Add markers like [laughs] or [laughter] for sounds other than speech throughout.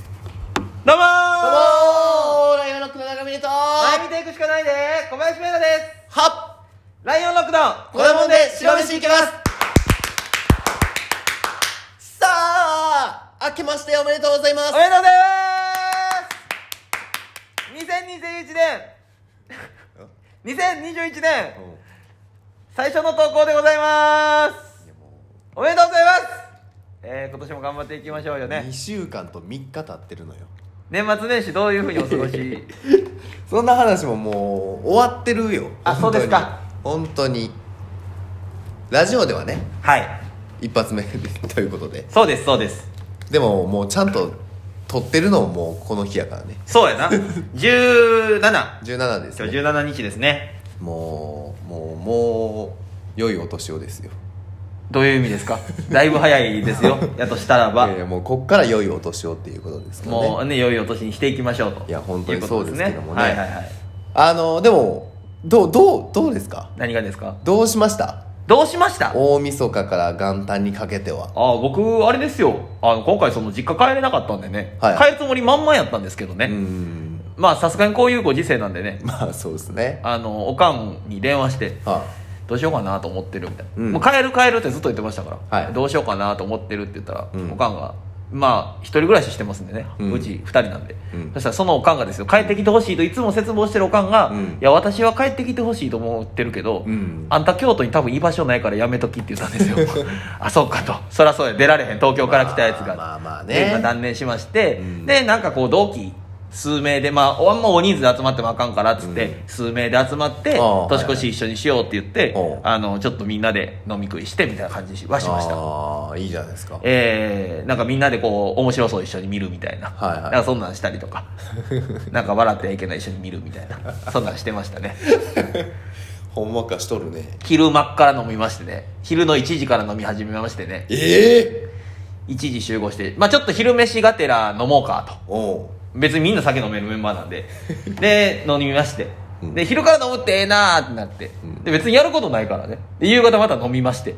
どうもーどうもーライオンロックの中見と前は見ていくしかないで小林明太ですっライオンロックダウンこだもんで白飯いけますさあ明けましておめでとうございますおめでとうございます2021年2021年最初の投稿でございますおめでとうございますえー、今年も頑張っていきましょうよ2ね週間と3日経ってるのよ年末年始どういうふうにお過ごしそんな話ももう終わってるよあ本そ当にうですか本当にラジオではね [laughs] はい一発目 [laughs] ということでそうですそうですでももうちゃんと撮ってるのももうこの日やからねそうやな17 17です今ね日17日ですねもうもうもう良いお年をですよどういう意味ですかだいぶ早いです [laughs] よやとしたらば、いやいやもうこっから良いお年をっていうことですからねもうね良いお年にしていきましょうといや本当にうことそうですけどもねはいはいはいあのでもどうどうどうですか何がですかどうしましたどうしました大晦日から元旦にかけてはああ僕あれですよあの今回その実家帰れなかったんでね、は帰るつもりまんまやったんですけどね、うんまあさすがにこういうご時世なんでねまあそうですねあのおかんに電話してはどうしようかなと思ってるみたいな、うんもう帰る帰るってずっと言ってましたから、はいどうしようかなと思ってるって言ったら、うんおかんがまあ一人暮らししてますんでね、ううんち二人なんで、うんそしたらそのおかんがですよ帰ってきてほしいといつも切望してるおかんが、うんいや私は帰ってきてほしいと思ってるけど、うんあんた京都に多分居場所ないからやめときって言ったんです [laughs] よあそうかとそりゃそうや出られへん東京から来たやつが、まあまあまあねで今断念しまして、うんでなんかこう同期数名で、まあ、おあんま大人数で集まってもあかんからっつって、うん数名で集まってああ年越し一緒にしようって言って、おうあのちょっとみんなで飲み食いしてみたいな感じはしましたああいいじゃないですかえー、なんかみんなでこう面白そう一緒に見るみたいな,、はいはいなんかそんなんしたりとか [laughs] なんか笑ってはいけない一緒に見るみたいなそんなんしてましたねほんまかしとるね昼間っから飲みましてね昼の1時から飲み始めましてねええ1時集合して、まあ、ちょっと昼飯がてら飲もうかとおう別にみんな酒飲めるメンバーなん [laughs] でで飲みましてうんで昼から飲むってええなーってなってうんで別にやることないからねで夕方また飲みまして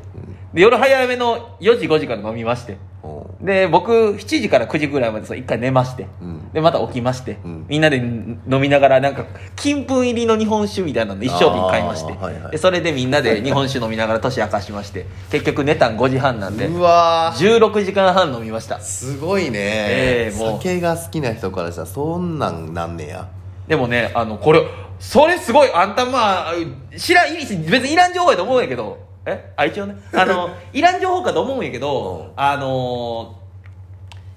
で夜早めの4時5時から飲みましておうで僕7時から9時ぐらいまでそう一回寝ましてうんでまた起きましてうんみんなで飲みながらなんか金粉入りの日本酒みたいなの一生瓶買いましてあーはいはいでそれでみんなで日本酒飲みながら年明かしまして結局寝たん5時半なんでうわー16時間半飲みましたすごいね、ええもう酒が好きな人からしたらそんなんなんねやでもね、あの、これ、それすごい、あんたまあ、知らん、い別にいらん情報やと思うんやけど、えあ、一 [laughs] 応ね。あの、いらん情報かと思うんやけど、あの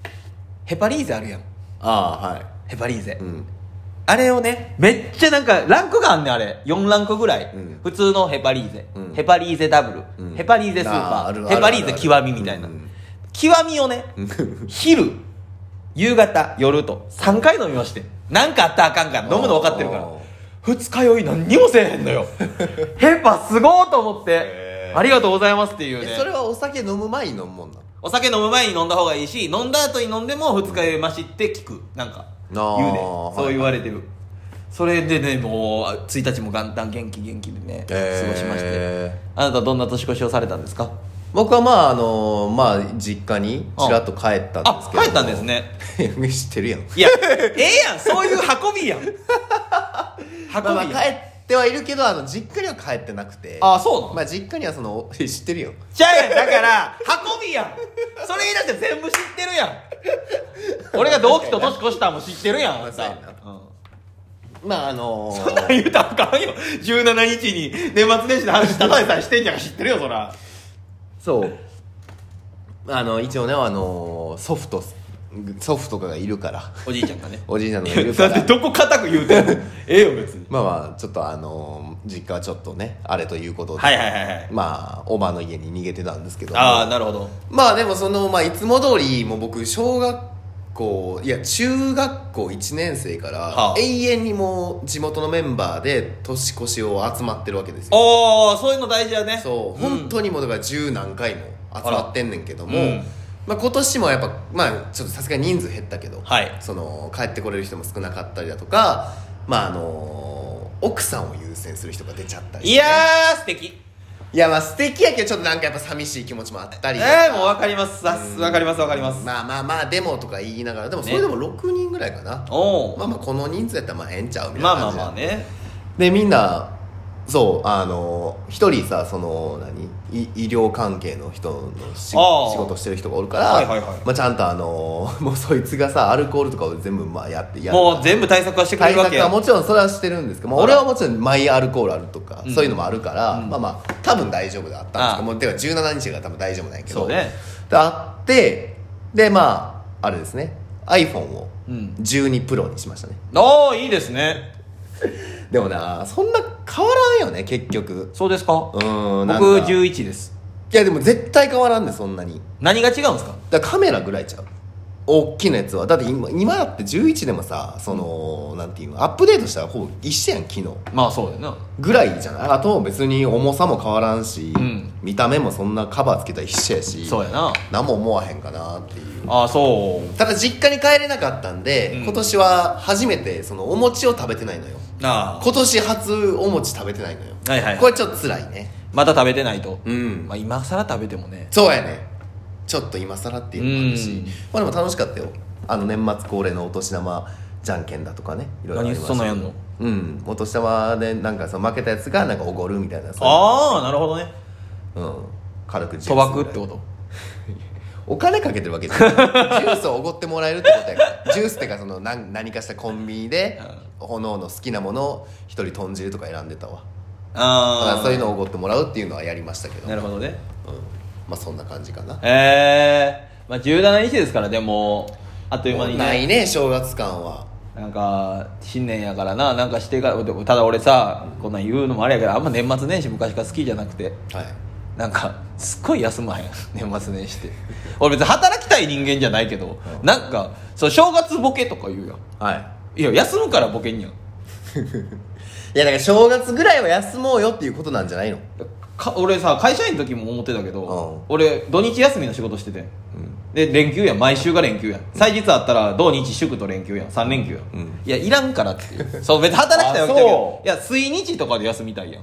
ー、ヘパリーゼあるやん。ああはいヘパリーゼ。うんあれをね、めっちゃなんか、ランクがあんねん、あれ。4ランクぐらい。うん普通のヘパリーゼ、うんヘパリーゼダブル。うんヘパリーゼスーあーパあー。るあるヘパリーゼ極みみたいな。うんうん極みをね、昼、夕方、夜と3回飲みまして。なんかあったらあかんから、飲むの分かってるからあー。二日酔い何にもせえへんの [laughs] よ。ヘパすごーと思ってへ、ーありがとうございますっていうね。えそれはお酒飲む前に飲むもんなお酒飲む前に飲んだ方がいいし飲んだ後に飲んでも二日酔いましって聞くなんか言あーうねはいそう言われてるそれでねもうあ1日も元旦元気元気でね、えー過ごしましてあなたはどんな年越しをされたんですか僕はまああのまあ実家にちらっと帰ったんですけどあ帰ったんですね [laughs] 知って [laughs] るやん [laughs] いやええやんそういう運びやん運びやん、まあまあ帰ってはいるけどあの実家には帰ってなくてあそうなのまあ実家にはその [laughs] 知ってるよちゃうやんだから運びやんそれ言い出して全部知ってるやん俺が同期と年越したんも知ってるやんあん [laughs] まあたそうやうんまああのそんなん [laughs] 言うたらあかんよ17日に年末年始の話ただでさえしてんじゃん知ってるよそらそうあの一応ねあの祖父と祖父とかがいるからおじいちゃんがね [laughs] おじいちゃんのがいる [laughs] だかってらどこ固く言うて [laughs] んのええよ別にまあまあちょっとあの実家はちょっとねあれということで、はいはいはいはいまあおばの家に逃げてたんですけどああなるほどまあでもその、まあ、いつも通りもう僕小学校いや中学校1年生から、はあ永遠にもう地元のメンバーで年越しを集まってるわけですよおおそういうの大事やねそう、ん本当にもうだから十何回も集まってんねんけども、あらうんまあ、今年もやっぱまあちょっとさすがに人数減ったけど、はいその帰ってこれる人も少なかったりだとかまああの奥さんを優先する人が出ちゃったり、いやー素敵いやまあ素敵やけどちょっとなんかやっぱ寂しい気持ちもあったりええもう分かりますさうすん分かります分かります、まあまあまあでもとか言いながらでもそれでも6人ぐらいかな、おおまあまあこの人数やったらまあええんちゃうみたいまなあま感あじまあねでみんなそうあの一人さその何い医療関係の人の仕あー仕事してる人がおるから、はいはいはいまあ、ちゃんとあの [laughs] もうそいつがさアルコールとかを全部まあやってやるもう全部対策はしてくれ対るわけ策やはもちろんそれはしてるんですけど、まあ、あ俺らはもちろんマイアルコールあるとか、うんそういうのもあるから、うんまあまあ多分大丈夫だったんですけああどもうてか17日が多分大丈夫なんやけどそうねであってでまああれですね iPhone をうん12プロにしましたね、ああいいですねでもなそんな変わらんよね結局そうですかうーんなん僕か11ですいやでも絶対変わらんねそんなに何が違うんですかだからカメラぐらいちゃう大きなやつはだって今今だって11でもさその、なんていうのアップデートしたらほぼ一緒やん昨日まあそうだよなぐらいじゃないあと別に重さも変わらんし、うん見た目もそんなカバーつけたら一緒やしそうやな何も思わへんかなっていうああそうただ実家に帰れなかったんで、うん今年は初めてそのお餅を食べてないのよああ今年初お餅食べてないのよ、はいはいこれちょっと辛いねまた食べてないと、うんまあ、今更食べてもねそうやねちょっと今更っていうのもあるし、うんまあでも楽しかったよあの年末恒例のお年玉じゃんけんだとかねいろいろあり何ましたそんなんやんのうんお年玉でなんかその負けたやつがなんかおごるみたいなさ、ああなるほどねうん、軽くジュース賭博ってことお金かけてるわけじゃない [laughs] ジュースをおごってもらえるってことやからジュースってかその何何かしたコンビニで炎の好きなものを一人豚汁とか選んでたわだかあらあそういうのをおごってもらうっていうのはやりましたけどなるほどねうん、まあそんな感じかなええまあ17日ですからでもあっという間になねいね正月感はなんか新年やからななんかしてからただ俺さこんなん言うのもあれやけどあんま年末年始昔から好きじゃなくてはいなんかすっごい休まへん [laughs] 年末年始って俺別に働きたい人間じゃないけど、なんかそう正月ボケとか言うやんはいや休むからボケんやんいいやだから正月ぐらいは休もうよっていうことなんじゃないのか俺さ会社員の時も思ってたけど、う俺土日休みの仕事しててんで連休やん毎週が連休やん祭日あったら土日祝と連休やん3連休やん、うんいやいらんからっていうそう別に働きたいわけだけあどそういや水日とかで休みたいやん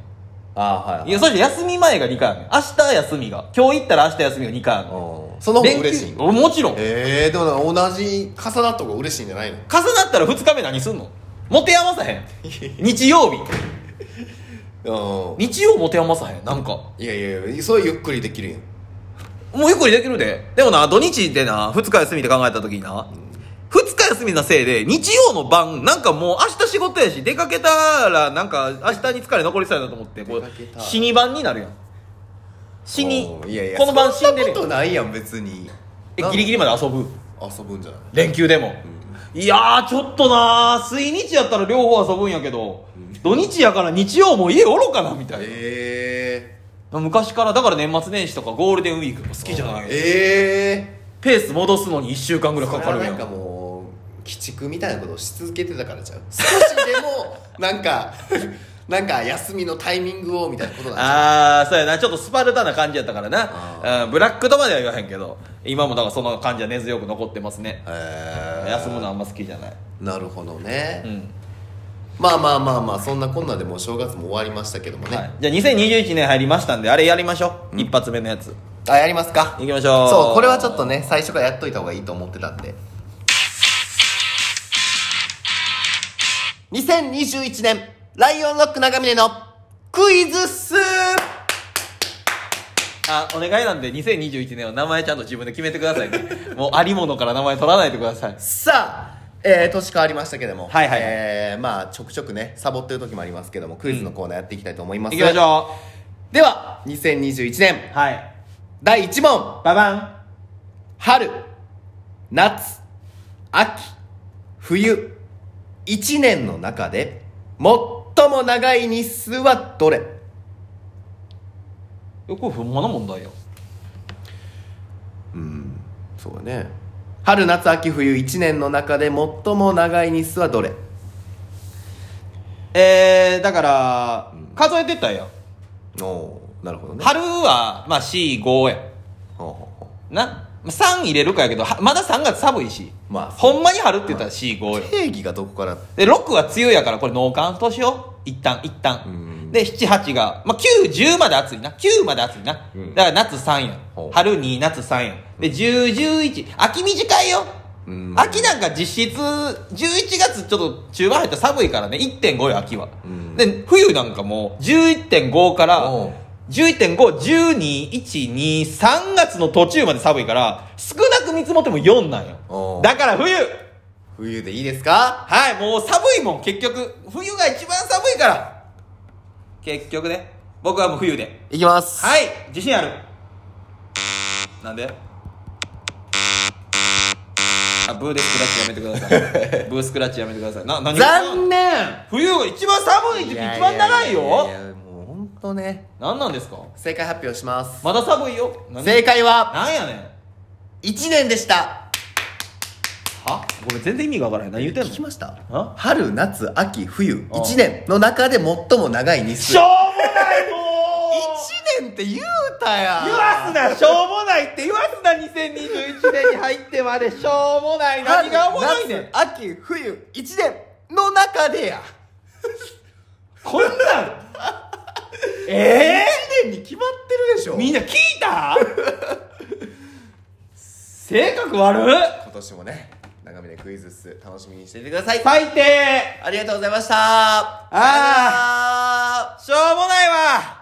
ああはいやそして休み前が2回あんねん明日休みが今日行ったら明日休みが2回あんねんうんその方が嬉しい連休おもちろん、ええー、でもなんか同じ重なった方が嬉しいんじゃないの重なったら2日目何すんの持て余さへん日曜日う日曜持て余さへんなんかんいやいやいやそれゆっくりできるやんもうゆっくりできるででもな土日でな2日休みって考えた時にな、2日休みのせいで日曜の晩なんかもう明日仕事やし出かけたらなんか明日に疲れ残りそうやなと思ってこう出かけた死に晩になるやん死におーいやいやこの晩死んでるそんなことないやん別にやんえギリギリまで遊ぶ遊ぶんじゃない連休でも、いやーちょっとなー水日やったら両方遊ぶんやけど、土日やから日曜も家おろうかなみたいな、え昔からだから年末年始とかゴールデンウィークも好えきじゃないえペース戻すのに1週間ぐえらいかかるそれやはなんんかもう鬼畜みたいなことをし続けてたか [laughs] らちゃう少しでもなんかなんか休みのタイミングをみたいなことなんちゃうああそうやなちょっとスパルタな感じやったからなあうんブラックとまでは言わへんけど今もだからその感じは根強く残ってますねへえ休むのあんま好きじゃないなるほどね、うん、まあまあまあまあそんなこんなでもう正月も終わりましたけどもね、はい、じゃあ2021年入りましたんであれやりましょう、一発目のやつあやりますかいきましょうそうこれはちょっとね最初からやっといた方がいいと思ってたんで2021年ライオンロック長峰のクイズッスあお願いなんで2021年は名前ちゃんと自分で決めてくだ [laughs] さいねもうありものから名前取らないでくださいさあえー、年変わりましたけどもはいはいはいえー、まあちょくちょくねサボってる時もありますけどもクイズのコーナーやっていきたいと思います、いきましょでは2021年うはい第1問ババン春夏秋冬1年の中で最も長い日数はどれえこれほんまの問題やうんそうだね春夏秋冬1年の中で最も長い日数はどれえー、だから数えてったんやんおおなるほどね春はまあ45やんほうほうほな3入れるかやけどはまだ3月寒いし、まあほんまに春って言ったら45よう定義がどこからで6は梅雨やからこれ農閑としよう一旦一旦うんで78が、まあ、910まで暑いな9まで暑いな、うんだから夏3やほう春2夏3やで1011秋短いよ、うん秋なんか実質11月ちょっと中盤入ったら寒いからね1.5よ秋は、うんで冬なんかもう11.5からおう11.512123月の途中まで寒いから少なく見積もっても4なんおようだから冬冬でいいですかはい、もう寒いもん、結局。冬が一番寒いから。結局ね。僕はもう冬で。いきますはい、自信ある。なんであ、ブーでスクラッチやめてくだ [laughs] さい。ブースクラッチやめてください。な、何残念冬が一番寒い時期一番長いよ。ややいやもう本当ね何なんですか正解発表しますまだ寒いよ。何正解はなんやねん。 1年でしたはごめん、全然意味がわからへん。何言ってん聞きのましたあ春夏秋冬あ1年の中で最も長い日数しょうもない [laughs] もう1年って言うたやん言わすなしょうもないって言わすな2021年に入ってまでしょうもない何がおもろいねん春夏秋冬1年の中でやこんなん [laughs] え1年に決まってるでしえょみんな聞い [laughs] た性格悪今年もね長めでクイズッス楽しみにしていてください最低ありがとうございましたあしょうもないわ